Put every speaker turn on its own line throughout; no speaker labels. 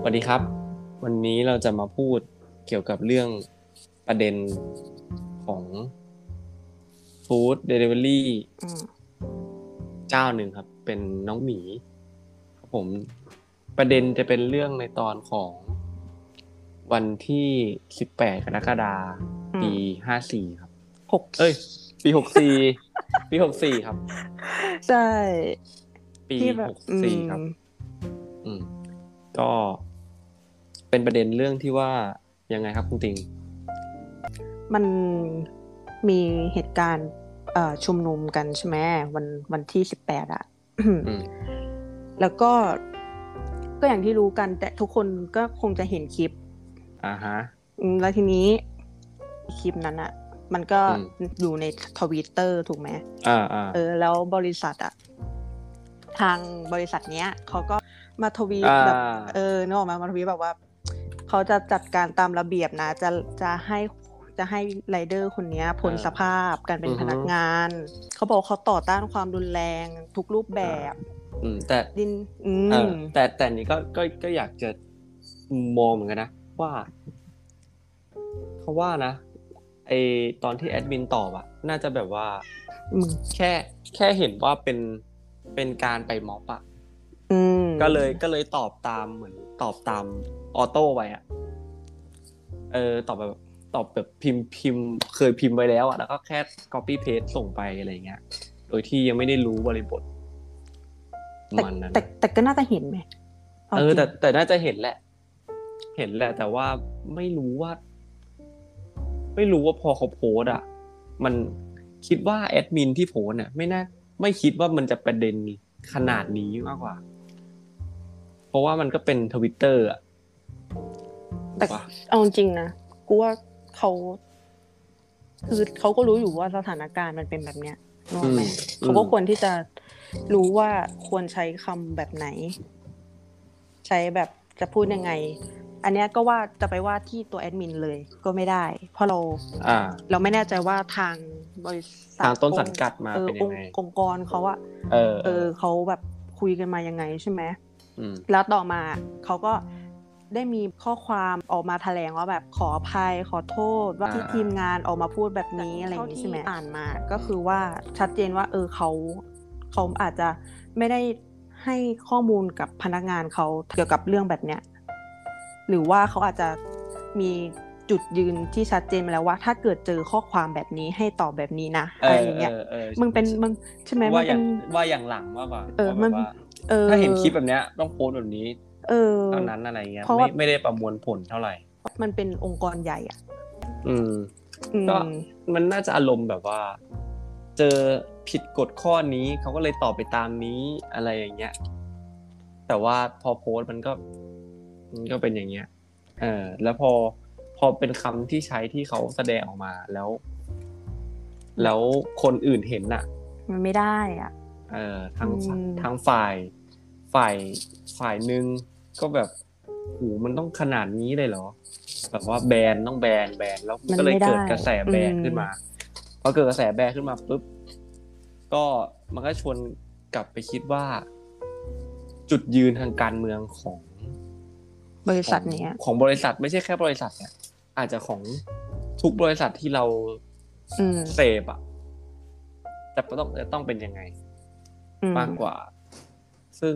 สวัสดีครับ วันนี้เราจะมาพูดเกี่ยวกับเรื่องประเด็นของฟู้ดเดลิเวอรี่
อืม
เจ้าหนึ่งครับ เป็นน้องหมีครับผมประเด็นจะเป็นเรื่องในตอนของวันที่สิบแปดกรกฎาคมปีห้าสี่ครับ
หก
เอ้ย ปีหกสี่ปีหกสี่ครับ
ใช่
ปี
ที่แบบ
หกสี่ครับ
อืม
อืม ก็เป็นประเด็นเรื่องที่ว่ายังไงครับคุณติง
มันมีเหตุการณ์เอ่อชุมนุมกันใช่ไหมวันวันที่สิบแปดอะ
อืม
แล้วก็ก็อย่างที่รู้กัน แต่ทุกคนก็คงจะเห็นคลิป
อ่าฮะ
อืมแล้วทีนี้คลิปนั้นอะมันก็
อืม
อยู่ในทวิตเตอร์ถูกไหม
อ่าอ่า
เออแล้วบริษัทอะทางบริษัทเนี้ยเขาก็มาทวีต
อ่า
แบบเออนึกออกไหมมาทวีตแบบว่าเขาจะจัดการตามระเบียบนะ จะจะให้จะให้ไรเดอร์คนเนี้ยพ้นสภาพการเป็นพนักงาน เขาบอกเขาต่อต้านความรุนแรงทุกรูปแบบ
อืมแต่
ดินอื
เอ
ม
อแต่แต่นี้ก็ก็ก็อยากจะมองเหมือนกันนะ ว่าเขาว่านะไอตอนที่แอดมินตอบอะน่าจะแบบว่า
มึง
แค่แค่เห็นว่าเป็นเป็นการไปม็อบอะ
อืม
ก็เลยก็เลยตอบตามเหมือน ตอบตามออโต้ไปอะเออ ตอบแบบตอบแบบพิมพ์พิมพ์เคยพิมพ์ไว้แล้วอะแล้วก็แค่ copy paste ส่งไปอะไรเงี้ย โดยที่ยังไม่ได้รู้บริบท
แต่
มันนั้น
แต่แต่ก็น่าจะเห็นไหม
เออ
าจริง
แต่แต่น่าจะเห็นแหละ เห็นแหละ แต่ว่าไม่รู้ว่า ไม่รู้ว่าพอเขาโพสต์อ่ะ มันคิดว่าแอดมินที่โพสต์เนี่ยไม่น่าไม่คิดว่ามันจะประเด็นขนาดนี้มากกว่า เพราะว่ามันก็เป็นทวิตเตอร์อ่ะ
แต่
ถูกปะ
เอาจริงนะกูว่าเขาคือเขาก็รู้อยู่ว่าสถานการณ์มันเป็นแบบเนี้ยนึกอ
อื
อกไห
ม
ม
อื
เขา
ม
ก็ควรที่จะรู้ว่าควรใช้คำแบบไหน ใช้แบบจะพูดยังไง อันเนี้ยก็ว่าจะไปว่าที่ตัวแอดมินเลยก็ไม่ได้ เพราะเรา
อ่า
เราไม่แน่ใจว่าทางบริษัท
ทางต้นสังกัดมา
เออ
เป็น
อ
ยัง ง
ค์
ไง
องค์กรเขาอะ
เออ
เออเขาแบบคุยกันมายังไงใช่ไหม
อืม
แล้วต่อมาเขาก็ได้มีข้อความออกมาแถลงว่าแบบขออภัยขอโทษ ว่า
อ่า
ที่ทีมงานออกมาพูดแบบนี้อะไรอย่างนี้ใช่ไหม
เท่าที่
อ่านมาก็คือว่าชัดเจนว่า เออเขาเขาอาจจะไม่ได้ให้ข้อมูลกับพนักงานเขาเกี่ยวกับเรื่องแบบเนี้ยหรือว่าเขาอาจจะมีจุดยืนที่ชัดเจนมาแล้วว่า ถ้าเกิดเจอข้อความแบบนี้ให้ตอบแบบนี้นะอะไรอย่างเงี้ย
เออเออเออ
มึงเป็นมึงใช่ไหมมึ
ว่าง อ
เป็
ย่าง
น
ว่าอย่างหลังว่าแบบ
เออ
ว่าแบบ
มัน
ว่า
เออ
ถ้าเห็นคลิปแบบเนี้ย ต้องโพสต์แบบนี้
เออ
เท่านั้นอะไรเงี้ย
เพราะ
ไม่
ว่า
ไม่ได้ประมวลผลเท่าไหร่
มันเป็นองค์กรใหญ่อ่ะ
อืม
อืม
ก็ มันน่าจะอารมณ์แบบว่า เจอผิดกฎข้อนี้เขาก็เลยตอบไปตามนี้อะไรอย่างเงี้ย แต่ว่าพอโพสต์มันก็มันก็เป็นอย่างเงี้ย เออ แล้วพอพอเป็นคำที่ใช้ที่เขาแสดงออกมาแล้ว แล้วคนอื่นเห็นน่ะ
มันไม่ได้อ่ะ
เออทางฝ่าย
อืม
ทางฝ่ายฝ่ายฝ่ายหนึ่งก็แบบหูมันต้องขนาดนี้เลยเหรอ แบบว่าแบรนด์ต้องแบรนด์แบรนด์แล้ว
มัน
ก็เลย
ไม่ได้
เกิดกระแสแบรนด์
อืม
ขึ้นมาพอเกิดกระแสแบรนด์ขึ้นมาปุ๊บก็มันก็ชวนกลับไปคิดว่า จุดยืนทางการเมืองของ
บริษัทเนี้ย
ของของบริษัทไม่ใช่แค่บริษัทเนี่ยอาจจะของทุกบริษัทที่เรา
อืม
เสพอะจะต้องจะต้องเป็นยังไง
อืม
มากกว่า ซึ่ง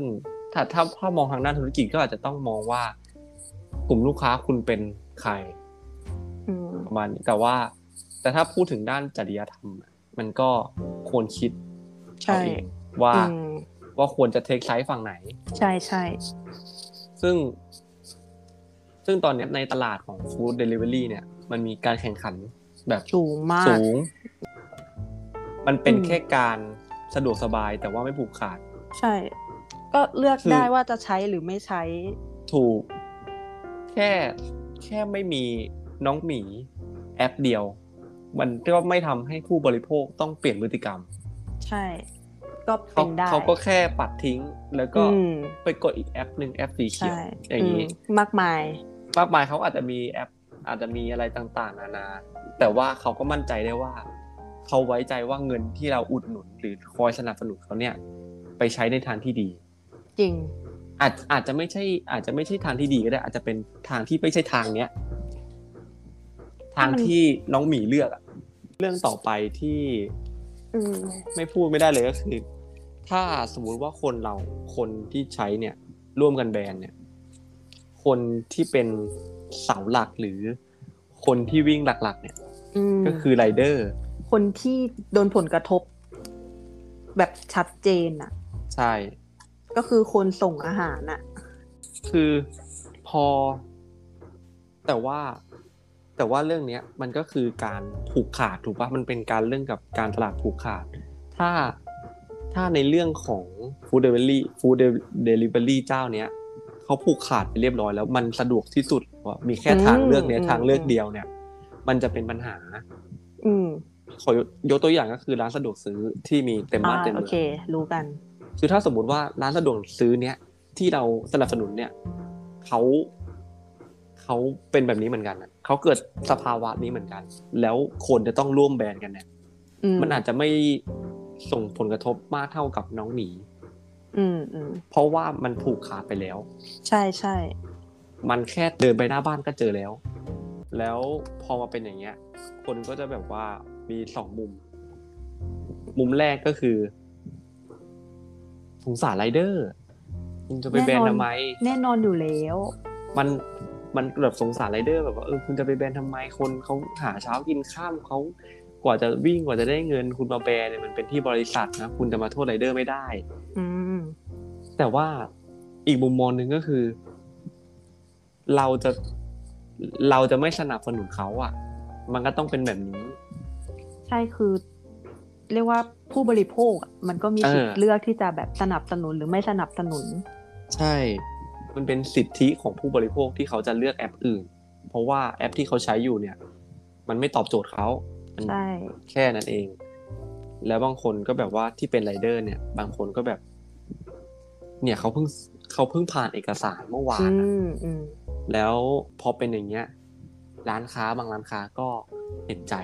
ถ้าถ้าถ้ามองทางด้านธุรกิจก็อาจจะต้องมองว่า กลุ่มลูกค้าคุณเป็นใคร
อืม
ประมาณนี้แต่ว่า แต่ถ้าพูดถึงด้านจริยธรรมอะมันก็ควรคิด
ใช่
เอาเองว่า
อืม
ว่าควรจะเทคไซส์ฝั่งไหน
ใช่ใช่
ซึ่ง ซึ่งตอนเนี้ยในตลาดของฟู้ดเดลิเวอรี่เนี่ย มันมีการแข่งขันแบบ
สูงมาก
สูง มันเป็น
อืม
แค่การสะดวกสบาย แต่ว่าไม่ผูกขาด
ใช่ ก็เลือก
คือ
ได้ว่าจะใช้หรือไม่ใช้
ถูกแค่แค่ไม่มีน้องหมีแอปเดียว มันก็ไม่ทำให้ผู้บริโภคต้องเปลี่ยนพฤติกรรม
ใช่ ก็
เขา
เป็นได้
เขาก็แค่ปัดทิ้ง แล้วก็
อืม
ไปกดอีกแอปหนึ่งแอปสีเขีย
ใช่
วอย่างนี้
มมากมาย
มากมายเขาอาจจะมีแอป อาจจะมีอะไรต่างๆ นานา แต่ว่าเขาก็มั่นใจได้ว่า เขาไว้ใจว่าเงินที่เราอุดหนุน หรือคอยสนับสนุนเขาเนี่ย ไปใช้ในทางที่ดี
จริง
อาจอาจจะไม่ใช่ อาจจะไม่ใช่ทางที่ดีก็ได้ อาจจะเป็นทางที่ไม่ใช่ทางเนี้ย ทางที่น้องหมีเลือกอะเรื่องต่อไปที่
อืม
ไม่พูดไม่ได้เลยก็คือ ถ้าสมมุติว่าคนเราคนที่ใช้เนี่ย ร่วมกันแบนเนี่ย คนที่เป็นเสาหลักหรือคนที่วิ่งหลักๆ เนี่ย
อืม
ก็คือไรเดอร์
คนที่โดนผลกระทบ แบบชัดเจนอ่ะ
ใช่
ก็คือคนส่งอาหารอ่ะ
คือพอ แต่ว่าแต่ว่าเรื่องเนี้ยมันก็คือการผูกขาดถูกปะมันเป็นการเรื่องกับการตลาดผูกขาด ถ้าถ้าในเรื่องของ food delivery food delivery เจ้าเนี้ยเขาผูกขาดไปเรียบร้อยแล้วมันสะดวกที่สุดว่ามีแค่ทางเลือกเนี้ย
อืม
ทางเลือกเดียวเนี่ย มันจะเป็นปัญหา
อืม
ขอยกยกตัวอย่างก็คือร้านสะดวกซื้อที่มีเต็ม
อ่า
บ้านเต็ม
โอ
เมือง
เค รู้กัน
คือถ้าสมมุติว่าร้านสะดวกซื้อเนี้ยที่เราสนับสนุนเนี่ยเขาเขาเป็นแบบนี้เหมือนกันอะเขาเกิดสภาวะนี้เหมือนกัน แล้วคนจะต้องร่วมแบรนด์กันเนี่ย
อืม
มันอาจจะไม่ส่งผลกระทบมากเท่ากับน้องหมี
อืมอืม
เพราะว่ามันผูกขาดไปแล้ว
ใช่ใช่
มันแค่เดินไปหน้าบ้านก็เจอแล้ว แล้วพอมาเป็นอย่างเงี้ย คนก็จะแบบว่ามีสองมุม มุมแรกก็คือสงสารไรเดอร์มึงจะไปแบนทำไม
แน่นอนอยู่แล้ว
มันมันแบบสงสารไรเดอร์แบบว่าเออคุณจะไปแบนทำไมคนเขาหาเช้ากินข้ามเขากว่าจะวิ่งกว่าจะได้เงินคุณมาแบนเนี่ยมันเป็นที่บริษัทนะคุณจะมาโทษไรเดอร์ไม่ได้
อืม
แต่ว่าอีกมุมมองหนึ่งก็คือ เราจะเราจะไม่สนับสนุนเขาอะ่ะ มันก็ต้องเป็นแบบนี้
ใช่คือ เรียกว่าผู้บริโภคอะมันก็มีสิท
เอ
ธิ์
อ
เลือกที่จะแบบสนับสนุนหรือไม่สนับสนุน
ใช่ มันเป็นสิทธิของผู้บริโภคที่เขาจะเลือกแอปอื่น เพราะว่าแอปที่เขาใช้อยู่เนี่ย มันไม่ตอบโจทย์เขามัน
ใช่
แค่นั้นเอง แล้วบางคนก็แบบว่าที่เป็นไรเดอร์เนี่ย บางคนก็แบบ เนี่ยเขาเพิ่งเขาเพิ่งผ่านเอกสารเมื่อวา
อื
นอะ
มอืม
แล้วพอเป็นอย่างเงี้ย ร้านค้าบางร้านค้าก็เห็นใจ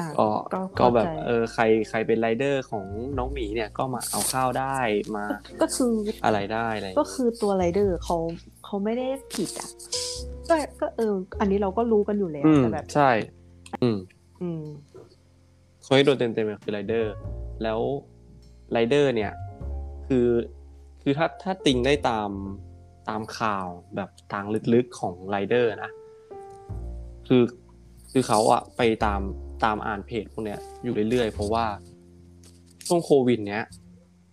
อ่ะ
ก็
ก็
ก็
เข้า
แบบ
ใจ
เออใครใครเป็นไรเดอร์ของน้องหมีเนี่ยก็มาเอาข้าวได้มา
ก็คือ
อะไรได้อะไร
ก็คือตัวไรเดอร์เขาเขาไม่ได้ผิดอ่ะก็ก็เออ อันนี้เราก็รู้กันอยู่แล้ว
อืม
แต่แบบ
ใช่ อืม
อืม
คนที่โดนเต็มๆเนี่ยคือไรเดอร์ แล้วไรเดอร์เนี่ย คือ คือถ้าถ้าติงได้ตามตามข่าวแบบทางลึกๆของไรเดอร์นะ คือคือเขาอะไปตามตามอ่านเพจพวกเนี้ยอยู่เรื่อยๆ เพราะว่าช่วงโควิดเนี้ย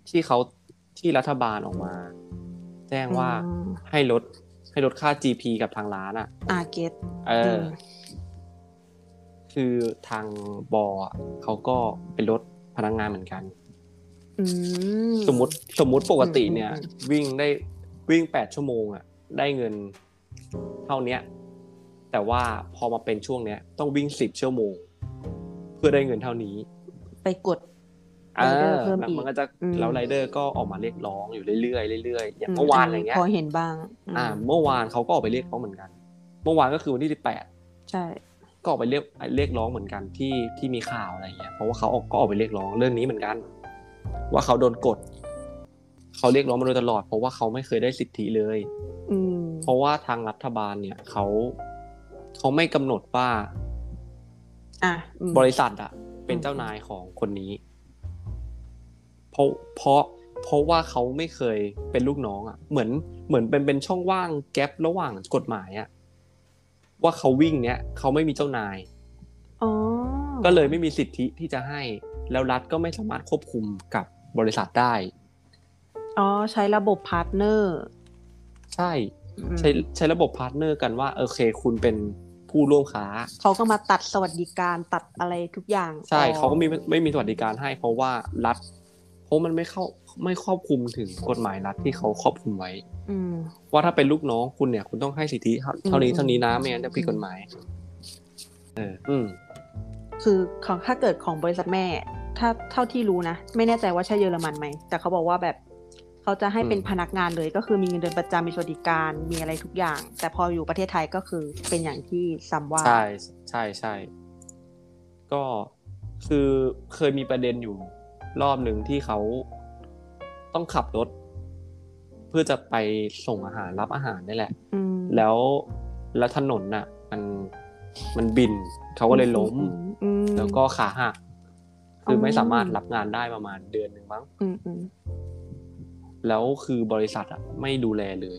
ที่เขาที่รัฐบาลออกมา แจ้งว่า
อืม
ให้ลดให้ลดค่า GP กับทางร้านอะ
อาเกต
เอออ
ม
คือทางบออะเขาก็เป็นรถพนักงานเหมือนกัน
อืม
สมมติสมมติปกติเนี่ย
อืม
วิ่งได้วิ่งแปดชั่วโมงอะได้เงินเท่าเนี้ย แต่ว่าพอมาเป็นช่วงเนี้ยต้องวิ่งสิบชั่วโมง เพื่อได้เงินเท่านี้
ไปกด
อ่า
rider เพิ่มอีก
มันก็จะ
อืม
แล้วไรเดอร์ก็ออกมาเรียกร้องอยู่เรื่อยๆเรื่อยๆอย่าง
ม
เมื่อวานอะไรเงี้ย
พอเห็นบ้างม
อ่า เมื่อวานเขาก็ออกไปเรียกร้องเหมือนกัน เมื่อวานก็คือวันที่สิบแปด
ใช่
ก็ออกไปเรียกเรียกร้องเหมือนกันที่ที่มีข่าวอะไรเงี้ยเพราะว่าเขาออกก็ออกไปเรียกร้องเรื่องนี้เหมือนกัน ว่าเขาโดนกดเขาเรียกร้องมาโดยตลอด เพราะว่าเขาไม่เคยได้สิทธิเลย
อืม
เพราะว่าทางรัฐบาลเนี่ยเขาเขาไม่กำหนดว่า
อ่ะอืม
บริษัทอะเป็นเจ้านายของคนนี้ เพราะเพราะเพราะว่าเขาไม่เคยเป็นลูกน้องอะเหมือนเหมือนเป็นเป็นช่องว่างแกลบระหว่างกฎหมายอะว่าเขาวิ่งเนี่ยเขาไม่มีเจ้านาย
อ๋อ
ก็เลยไม่มีสิทธิที่จะให้ แล้วรัฐก็ไม่สามารถควบคุมกับบริษัทได้
อ๋อใช้ระบบพาร์ทเนอร์
ใช่
อืม
ใช้ใช้ระบบพาร์ทเนอร์กันว่าโอเค คุณเป็นผู้ร่วมค้า
เขาก็มาตัดสวัสดิการตัดอะไรทุกอย่าง
ใช่
ออก
เขาก็มีไม่มีสวัสดิการให้ เพราะว่ารัฐเพราะมันไม่เข้าไม่ครอบคลุมถึงกฎหมายรัฐที่เขาครอบคลุมไว้
อืม
ว่าถ้าเป็นลูกน้องคุณเนี่ยคุณต้องให้สิทธิเท่าเท่านี้
อืม
เท่านี้นะไม่งั้นจะผิดกฎหมายเอออืม
คือของถ้าเกิดของบริษัทแม่ ถ้าเท่าที่รู้นะ ไม่แน่ใจว่าใช่เยอรมันไหม แต่เขาบอกว่าแบบเขาจะให้เป็น
อืม
พนักงานเลยก็คือมีเงินเดือนประจำมีสวัสดิการมีอะไรทุกอย่าง แต่พออยู่ประเทศไทยก็คือเป็นอย่างที่ซัมว่า
ใช่ใช่ใช่ ก็คือเคยมีประเด็นอยู่รอบหนึ่งที่เขาต้องขับรถ พื่อจะไปส่งอาหารรับอาหารนี่แหละ
อืม
แล้วแล้วถนนน่ะ มันมันบินเขาก็เลยล้ม
อืม
แล้วก็ขาหักคืออ
อ
ไม่สามารถรับงานได้ประมาณเดือนหนึ่งมั้ง
อืมอืม
แล้วคือบริษัทอ่ะไม่ดูแลเลย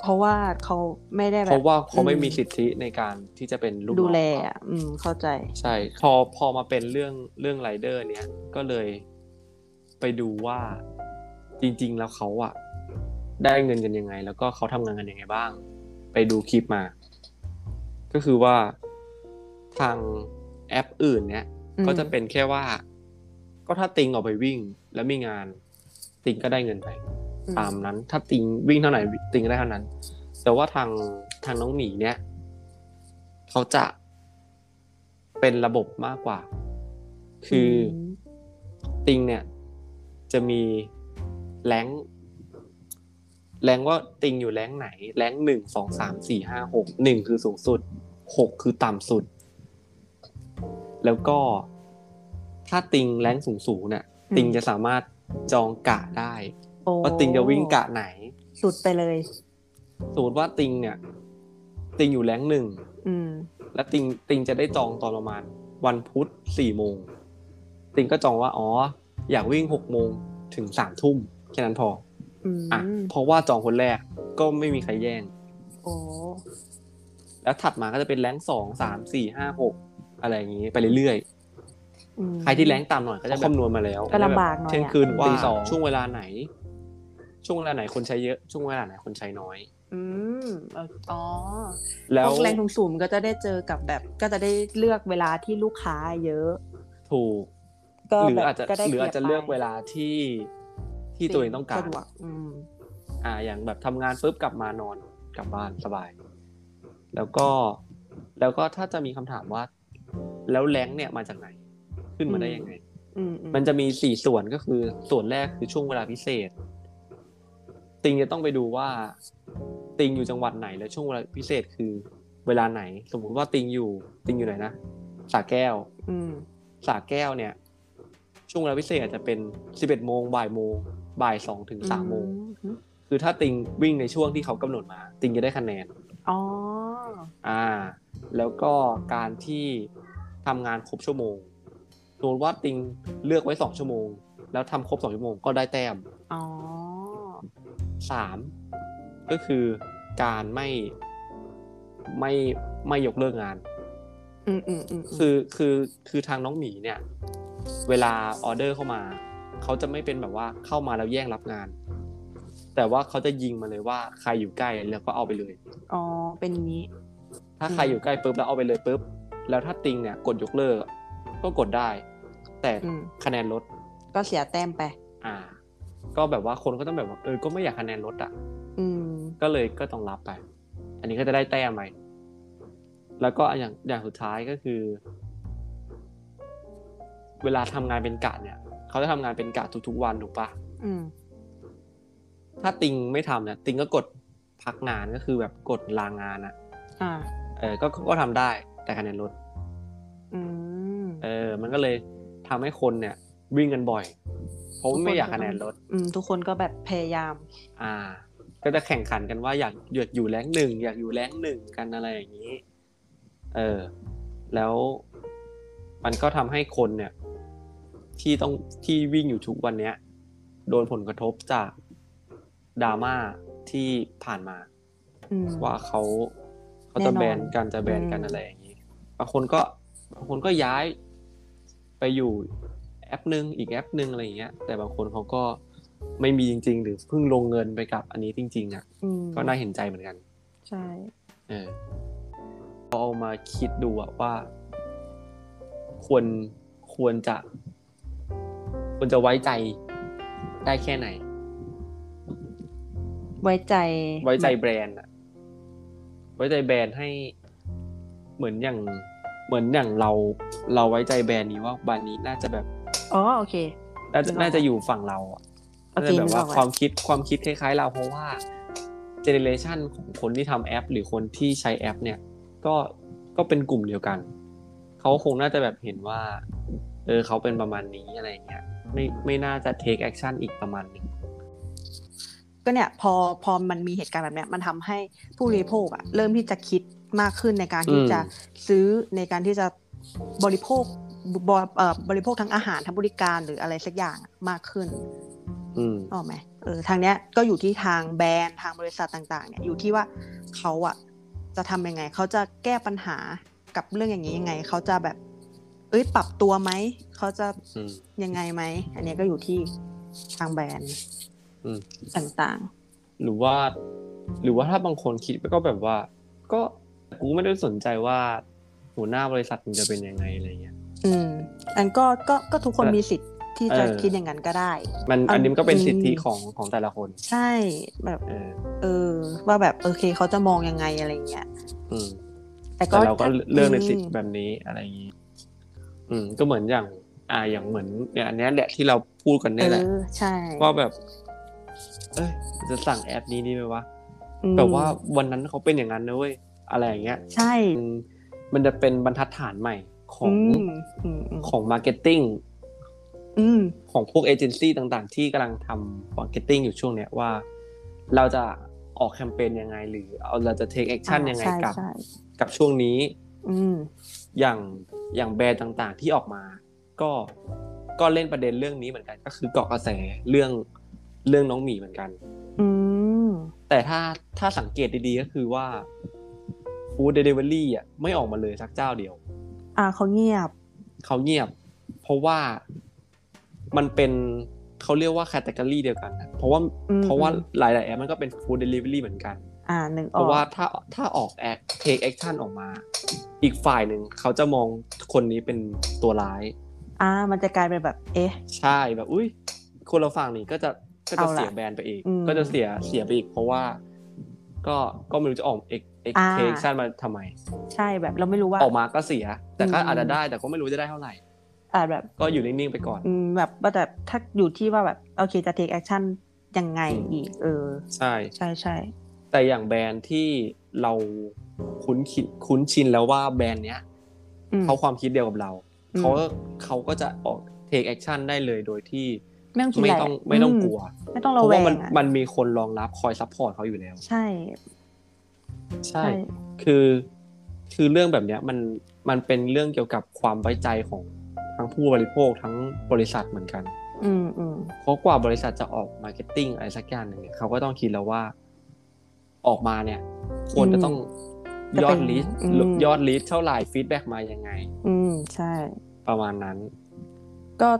เพราะว่าเขาไม่ได้แบ
เพ
บ
ราะว่าเขาไม่มีสิทธิในการที่จะเป็นลูกน้อง
ดูแล
เขา
อ่ะอืม เข้าใจ
ใช่ พอพอมาเป็นเรื่องเรื่องไรเดอร์ เนี้ยก็เลยไปดูว่าจริง ๆ แล้วเขาอะได้เงินกันยังไง แล้วก็เขาทำงานกันยังไงบ้าง ไปดูคลิปมา ก็คือว่าทางแอปอื่นเนี้ย
อืม
ก็จะเป็นแค่ว่า ก็ถ้าติงออกไปวิ่ง แล้วมีงาน ติงก็ได้เงินไป
อื
ตามนั้น ถ้าติงวิ่งเท่าไหร่ติงก็ได้เท่านั้น แต่ว่าทางทางน้องหมีเนี่ย เขาจะเป็นระบบมากกว่า คืออ
ม
ติงเนี่ย จะมีแรงค์แรงค์ว่าติงอยู่แรงค์ไหน แรงค์หนึ่งสองสามสี่ห้าหกหนึ่งคือสูงสุดหกคือต่ำสุด แล้วก็ถ้าติงแรงค์สูงสูงๆเนี่ย
อืม
ติงจะสามารถจองกะได้
โอ้
ว่าติงจะวิ่งกะไหน
สุดไปเลย
สมมติว่าติงเนี่ย ติงอยู่แรงหนึ่ง
อืม
และติงติงจะได้จองตอนประมาณ วันพุธสี่โมง ติงก็จองว่าอ๋อ อยากวิ่งหกโมงถึงสามทุ่มแค่นั้นพอ
อืม
อ่ะเพราะว่าจองคนแรกก็ไม่มีใครแย่ง
โอ้
แล้วถัดมาก็จะเป็นแรงสองสามสี่ห้าหกอะไรอย่างนี้ ไปเรื่อย
อืม
ๆ ใครที่แรงต่ำหน่อยก็จะแบบคำนวณมาแล้ว
ก็ลำบากหน่อยอะ
เช่นคืน
อืม
ว่าช่วงเวลาไหน ช่วงเวลาไหนคนใช้เยอะ ช่วงเวลาไหนคนใช้น้อย
อืมเอ่ออ๋อ
แล้
พ
ว
วกแรงสูงสูงก็จะได้เจอกับแบบก็จะได้เลือกเวลาที่ลูกค้าเยอะ
ถูก
ก็
หรือ
แบบ
อาจจะ
ก็ได้
หรืออาจจะ
เคลีย
เลือ
ร์ไป
กเวลาที่ที่ตัวเองต้องการ
สะดวกอืม
อ่า อย่างแบบทำงานปุ๊บกลับมานอนกลับบ้านสบาย แล้วก็แล้วก็ถ้าจะมีคำถามว่า แล้วแรงค์เนี่ยมาจากไหน ขึ้นมาได้ยังไง
อืม
มันจะมีสี่ส่วนก็คือ ส่วนแรกคือช่วงเวลาพิเศษ ติงจะต้องไปดูว่า ติงอยู่จังหวัดไหนและช่วงเวลาพิเศษคือเวลาไหน สมมุติว่าติงอยู่ ติงอยู่ไหนนะสระแก้ว
อืม
สาแก้วเนี่ย ช่วงเวลาพิเศษอาจจะเป็น 11โมงบ่ายโมงบ่าย2ถึง3โมง
อืม
คือถ้าติงวิ่งในช่วงที่เขากำหนดมา ติงจะได้คะแนน
อ๋อ
อ่า แล้วก็การที่ทำงานครบชั่วโมงสมมติว่าติงเลือกไว้ 2 ชั่วโมง แล้วทำครบ 2 ชั่วโมงก็ได้แต้ม
อ๋อ
3 ก็คือการไม่ไม่ไม่ยกเลิกงาน
อืมอืมอืม
คือคือคือทางน้องหมีเนี่ย เวลาออเดอร์เข้ามา เขาจะไม่เป็นแบบว่าเข้ามาแล้วแย่งรับงาน แต่ว่าเขาจะยิงมาเลยว่าใครอยู่ใกล้แล้วก็เอาไปเลย
อ๋อ เป็นอย่างนี้
ถ้าใครอยู่ใกล้ปุ๊บแล้วเอาไปเลยปุ๊บแล้วถ้าติงเนี่ยกดยกเลิกก็กดได้ แต่
อืม
คะแนนลด
ก็เสียแต้มไป
อ่า ก็แบบว่าคนก็ต้องแบบว่าเออก็ไม่อยากคะแนนลดอ่ะ
อืม
ก็เลยก็ต้องรับไป อันนี้ก็จะได้แต้มไปแล้วก็อย่างอย่างสุดท้ายก็คือ เวลาทำงานเป็นกะเนี่ย เขาจะทำงานเป็นกะทุกๆวันถูกปะ
อืม
ถ้าติงไม่ทำเนี่ยติงก็กดพักงานก็คือแบบกดลางงานอะ
อ่า
เออก็ก็ก็ทำได้แต่คะแนนลด
อืม
เออ มันก็เลยทำให้คนเนี่ย วิ่งกันบ่อย เพราะว่าไม่อยากคะแนนลด
อืม ทุกคนก็แบบพยายาม
อ่า ก็จะแข่งขันกันว่าอยากอยากอยู่แรงค์หนึ่งอยากอยู่แรงค์หนึ่งกันอะไรอย่างนี้ เออ แล้วมันก็ทำให้คนเนี่ย ที่ต้องที่วิ่งอยู่ทุกวันเนี้ย โดนผลกระทบจากดราม่าที่ผ่านมา
อืม
ว่าเขาเขาจะแบน
แน่นอน
กันจะแบนกัน
อืม
อะไรอย่างนี้บางคนก็บางคนก็ย้ายไปอยู่แอปหนึ่งอีกแอปหนึ่งอะไรอย่างเงี้ย แต่บางคนเขาก็ไม่มีจริง ๆ หรือเพิ่งลงเงินไปกับอันนี้จริง ๆอ่ะ
อืม
ก็น่าเห็นใจเหมือนกัน
ใช่
เออพอเอามาคิดดูอะว่า ควรควรจะ ควรจะไว้ใจได้แค่ไหน
ไว้ใจ
ไว้ใจแบรนด์อะไว้ใจแบรนด์ให้เหมือนอย่างเหมือนอย่างเรา เราไว้ใจแบรนด์นี้ว่าแบรนด์นี้น่าจะแบบ
อ๋อ โอเค
น่าจะ
นึกออก
น่าจะอยู่ฝั่งเราอะ
โอ
น่า
เค
จะแบบว่า
นึกออกแล้ว
ความคิดความคิดคล้ายๆเราเพราะว่าเจเนเรชันของคนที่ทำแอป หรือคนที่ใช้แอป เนี่ย ก็ก็เป็นกลุ่มเดียวกัน เขาคงน่าจะแบบเห็นว่า เออเขาเป็นประมาณนี้อะไรอย่างเงี้ยไม่ไม่น่าจะ take action อีกประมาณหนึ่ง
ก็เนี่ยพอพอมันมีเหตุการณ์แบบเนี้ยมันทำให้ผู้บริโภคอะเริ่มที่จะคิดมากขึ้นในการที่
อืม
จะซื้อในการที่จะบริโภคบเอ่อบริโภคทั้งอาหารทั้งบริการหรืออะไรสักอย่างมากขึ้น
อืม
ออกไหมเออทางเนี้ยก็อยู่ที่ทางแบรนด์ทางบริษัทต่าง ๆ เนี่ยอยู่ที่ว่าเขาอะจะทำยังไง เขาจะแก้ปัญหากับเรื่องอย่างนี้ยังไง เขาจะแบบ เอ้ยปรับตัวไหม เขาจะ
อืม
ยังไงไหม อันเนี้ยก็อยู่ที่ทางแบรนด์
อืม
ต่าง
หรือว่า หรือว่าถ้าบางคนคิดก็แบบว่า ก็กูไม่ได้สนใจว่าหัวหน้าบริษัทมันจะเป็นยังไงอะไรเงี้ย
ๆ อืม อันก็ก็ก็ทุกคน
แต่
มีสิทธิ์ที่จะ
เออ
คิดอย่างนั้นก็ได้
มัน
เอา
อันนี้มันก็เป็น
อืม
สิทธิของของแต่ละคน
ใช่แบบ
เออ
เออ ว่าแบบโอเคเขาจะมองยังไงอะไรเงี้ย
อืม
แต่ก็
แต่เราก็เลือกในสิท
อื
ธิ์
ม
แบบนี้อะไรอย่างนี้ อืม ก็เหมือนอย่าง อ่า อย่างเหมือนเนี่ยอันเนี้ยแหละที่เราพูดกันเนี่ยแหละ
เออใช่
ว่าแบบ เอ้ยจะสั่งแอปนี้ดีไหมวะ
อืม
แบบว่าวันนั้นเขาเป็นอย่างนั้นนะเว้ยอะไรอย่างเงี้ย
ใช่
มันจะเป็นบรรทัดฐานใหม่ของ
มอืมอืม
ของมาร์เก็ตติ้ง
อืม
ของพวกเอเจนซี่ต่างๆ ที่กำลังทำมาร์เก็ตติ้งอยู่ช่วงเนี้ยว่า เราจะออกแคมเปญยังไง หรือเอาเราจะเทคแอคชั่น
อ่า
ยังไง
ใช่
กับ
ใช่
กับช่วงนี้
อืม
อย่างอย่างแบรนด์ต่างๆที่ออกมา ก็ก็เล่นประเด็นเรื่องนี้เหมือนกัน ก็คือเกาะกระแสเรื่องเรื่องน้องหมีเหมือนกัน
อืม
แต่ถ้าถ้าสังเกตดีๆก็คือว่าฟู้ดเดลิเวอรี่อ่ะไม่ออกมาเลยสักเจ้าเดียว
อ่าเขาเงียบ
เขาเงียบ เพราะว่ามันเป็นเขาเรียกว่าแคตตากรีเดียวกันนะเพราะว่า
อืม
เพราะว่าหลายๆแอปมันก็เป็นฟู้ดเดลิเวอรี่เหมือนกัน
อ่าหนึ่งอ
เพ
อก
ราะว่าถ้าถ้าออกแอคเทคแอคชั่นออกมา อีกฝ่ายหนึ่งเขาจะมองคนนี้เป็นตัวร้าย
อ่า มันจะกลายเป็นแบบ เอ๊ะ
ใช่แบบอุ้ยคนเราฝั่งนี้ก็จะก็จะ
เอาล่ะ
เสียแบรนด์ไปอีก
อืม
ก็จะเสียเสียไปอีก เพราะว่าก็ก็ไม่รู้จะออกเอ็กเอ็ก
อ่า
เทคชั่นมาทำไม
ใช่แบบเราไม่รู้ว่า
ออกมาก็เสีย แต่ก็
อืม
อาจจะได้แต่ก็ไม่รู้จะได้เท่าไหร่
อ่าแบบ
ก็อยู่นิ่งๆไปก่อน
อืมแบบว่าแต่ถ้าอยู่ที่ว่าแบบ โอเคจะเทคแอคชั่นยังไง
อืม
อีก เออ
ใช่
ใช่ใช่
แต่อย่างแบรนด์ที่เราคุ้นคิดคุ้นชินแล้วว่าแบรนด์เนี้ย
อืม
เขาความคิดเดียวกับเรา
อืม
เขาก็เขาก็จะออกเทคแอคชั่นได้เลยโดยที่
ไม่ต้องคิด
ไม่
อะไร
ต้องไม่ต้องกลัว
มไม่ต้อง
เพ
ระ
ราะ
แว
ว่าง มัน
อะ
มันมีคนรองรับคอยซัพพอร์ตเขาอยู่แล้ว
ใช่
ใช่ คือคือเรื่องแบบเนี้ยมันมันเป็นเรื่องเกี่ยวกับความไว้ใจของทั้งผู้บริโภคทั้งบริษัทเหมือนกัน
อืมอืม
เพราะกว่าบริษัทจะออกมาร์เก็ตติ้งอะไรสักอย่างหนึ่งเนี่ยเขาก็ต้องคิดแล้วว่าออกมาเนี่ยควรจะต้องยอดลิสต์ยอดลิสต์เท่าไหร่ฟีดแบ็กมายังไง
อืมใช่
ประมาณนั้น
ก็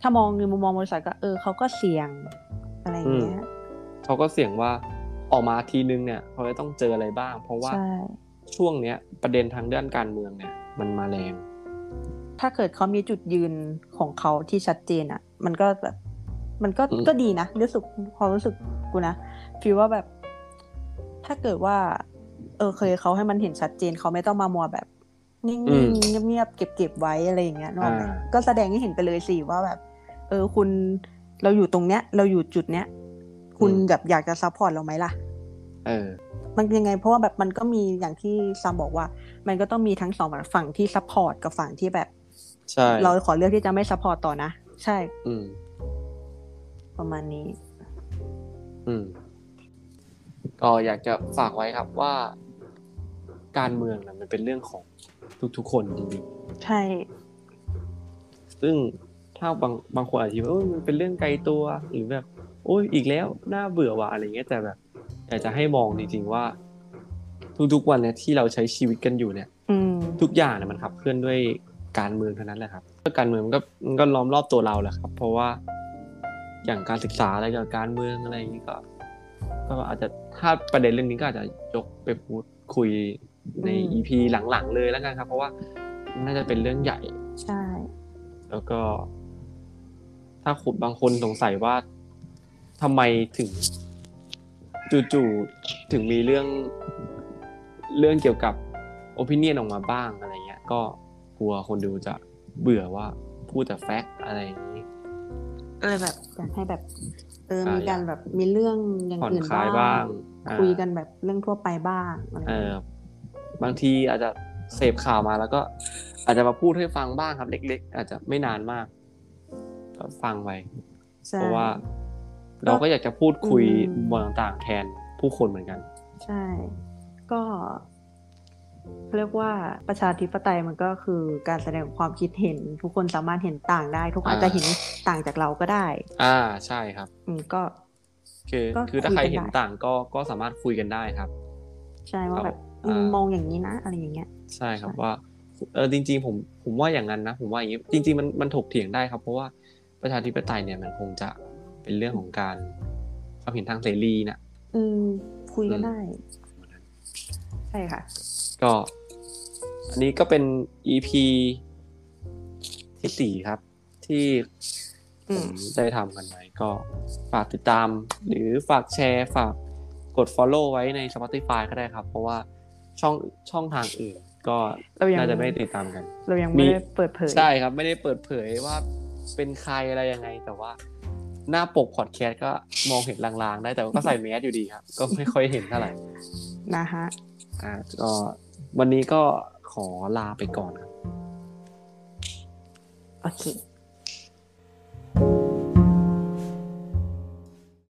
ถ้ามองในมุมมองบริษัทก็เออเขาก็เสี่ยงอะไรอย่างเงี้ย
เขาก็เสี่ยงว่าออกมาทีนึงเนี่ย เขาจะต้องเจออะไรบ้าง เพราะว่า
ใช่
ช่วงเนี้ยประเด็นทางด้านการเมืองเนี่ย มันมาแรง
ถ้าเกิดเขามีจุดยืนของเขาที่ชัดเจนอะ่ะ มันก็แบบ มันก็
อืม
ก็ดีนะรู้สึกความรู้สึกกูนะฟีลว่าแบบ ถ้าเกิดว่า เออเคยเขาให้มันเห็นชัดเจนเขาไม่ต้องมามัวแบบ นิ่งๆเงียบๆเก็บๆไว้อะไรอย่างเงี้ยนึกออกไหมก็แสดงให้เห็นไปเลยสิว่าแบบ เออคุณเราอยู่ตรงเนี้ย เราอยู่จุดเนี้ยคุณแบบอยากจะซัพพอร์ตเราไหมล่ะ
เออ
มันยังไง เพราะว่าแบบมันก็มีอย่างที่ซามบอกว่า มันก็ต้องมีทั้งสองฝั่งฝั่งที่ซัพพอร์ตกับฝั่งที่แบบ
ใช่
เราขอเลือกที่จะไม่ซัพพอร์ตต่อนะ ใช่
อืม
ประมาณนี้
อืมก็อยากจะฝากไว้ครับว่า การเมืองนะมันเป็นเรื่องของทุกๆคนจริง
ใช่
ๆซึ่งถ้าบางบางคนอาจจะคิดว่าเอ้ยมันเป็นเรื่องไกลตัวหรือแบบ โอ้ยอีกแล้วน่าเบื่อว่ะอะไรเงี้ยแต่แบบอยากจะให้มองจริงๆว่า ทุกๆวันเนี่ยที่เราใช้ชีวิตกันอยู่เนี่ย
อืม
ทุกอย่างเนี่ยมันขับเคลื่อนด้วยการเมืองเท่านั้นแหละครับการเมืองมันก็มันก็ล้อมรอบตัวเราแหละครับ เพราะว่าอย่างการศึกษาอะไรเกี่ยวกับการเมืองอะไรอย่างนี้ก็ ก็อาจจะถ้าประเด็นเรื่องนี้ก็อาจจะยกไปพูดคุยใน EP หลังๆเลยแล้วกันครับ เพราะว่าน่าจะเป็นเรื่องใหญ่
ใช่
แล้วก็ ถ้าคุณบางคนสงสัยว่าทำไมถึง จู่ๆถึงมีเรื่องเรื่องเกี่ยวกับโอปิเนียนออกมาบ้างอะไรเงี้ย ก็กลัวคนดูจะเบื่อว่าพูดแต่แฟกต์อะไรอย่างนี้
ก็เลยแบบอยากให้แบบ เออ
อ่ามี
มีการแบบมีเรื่องอย่าง
ผ่อน
อื่น
คลายบ้างอ่า
คุยกันแบบเรื่องทั่วไปบ้างอะไร
เออบางทีอาจจะเสพข่าวมาแล้วก็ อาจจะมาพูดให้ฟังบ้างครับ เล็ก ๆ อาจจะไม่นานมากก็ฟังไป
ใช่
เพราะว่า เราก็อยากจะพูดคุย
อืม
มุมมองต่างๆแทนผู้คนเหมือนกัน
ใช่ ก็เขาเรียกว่าประชาธิปไตยมันก็คือการแสดงความคิดเห็น ทุกคนสามารถเห็นต่างได้ ทุกคนอาจจะเห็นต่างจากเราก็ได้
อ่าใช่ครับ
อืมก็
คือ
ก็
คือถ้าใคร
คุยกัน
เห็น
ได้
ต่างก็ก็สามารถคุยกันได้ครับ
ใช่ว่าแบบ
อ่า
อืมมองอย่างนี้นะอะไรอย่างเงี้ย
ใช่ครับ
ใช่
ว่าเออจริง ๆ ผมผมว่าอย่างนั้นนะ ผมว่าอย่างนี้จริง ๆ มันมันถกเถียงได้ครับ เพราะว่าประชาธิปไตยเนี่ยมันคงจะเป็นเรื่องของการความเห็นทางเสรีนะ
อืมคุยกัน
อืม
ได้ ใช่ค่ะ
ก็ อันนี้ก็เป็น EP ที่สี่ครับ ที่ผ
อื
ม
ม
ได้ทำกันไว้ก็ฝากติดตาม หรือฝากแชร์ฝากกด Follow ไว้ใน Spotify ก็ได้ครับ เพราะว่าช่องช่องทางอื่น ก็
เรายัง
น่าจะไม่ได้ติดตามกัน
เรายังไม่
มี
ได้เปิดเผย
ใช่ครับ ไม่ได้เปิดเผยว่าเป็นใครอะไรยังไง แต่ว่า หน้าปกพอดแคสต์ก็มองเห็นลางๆ ได้แต่ว่าก็ใส่แมสอยู่ดีครับ ก็ไม่ค่อยเห็นเท่าไหร่
นะฮะ
อ่าก็วันนี้ก็ขอลาไปก่อนครับ
โอเค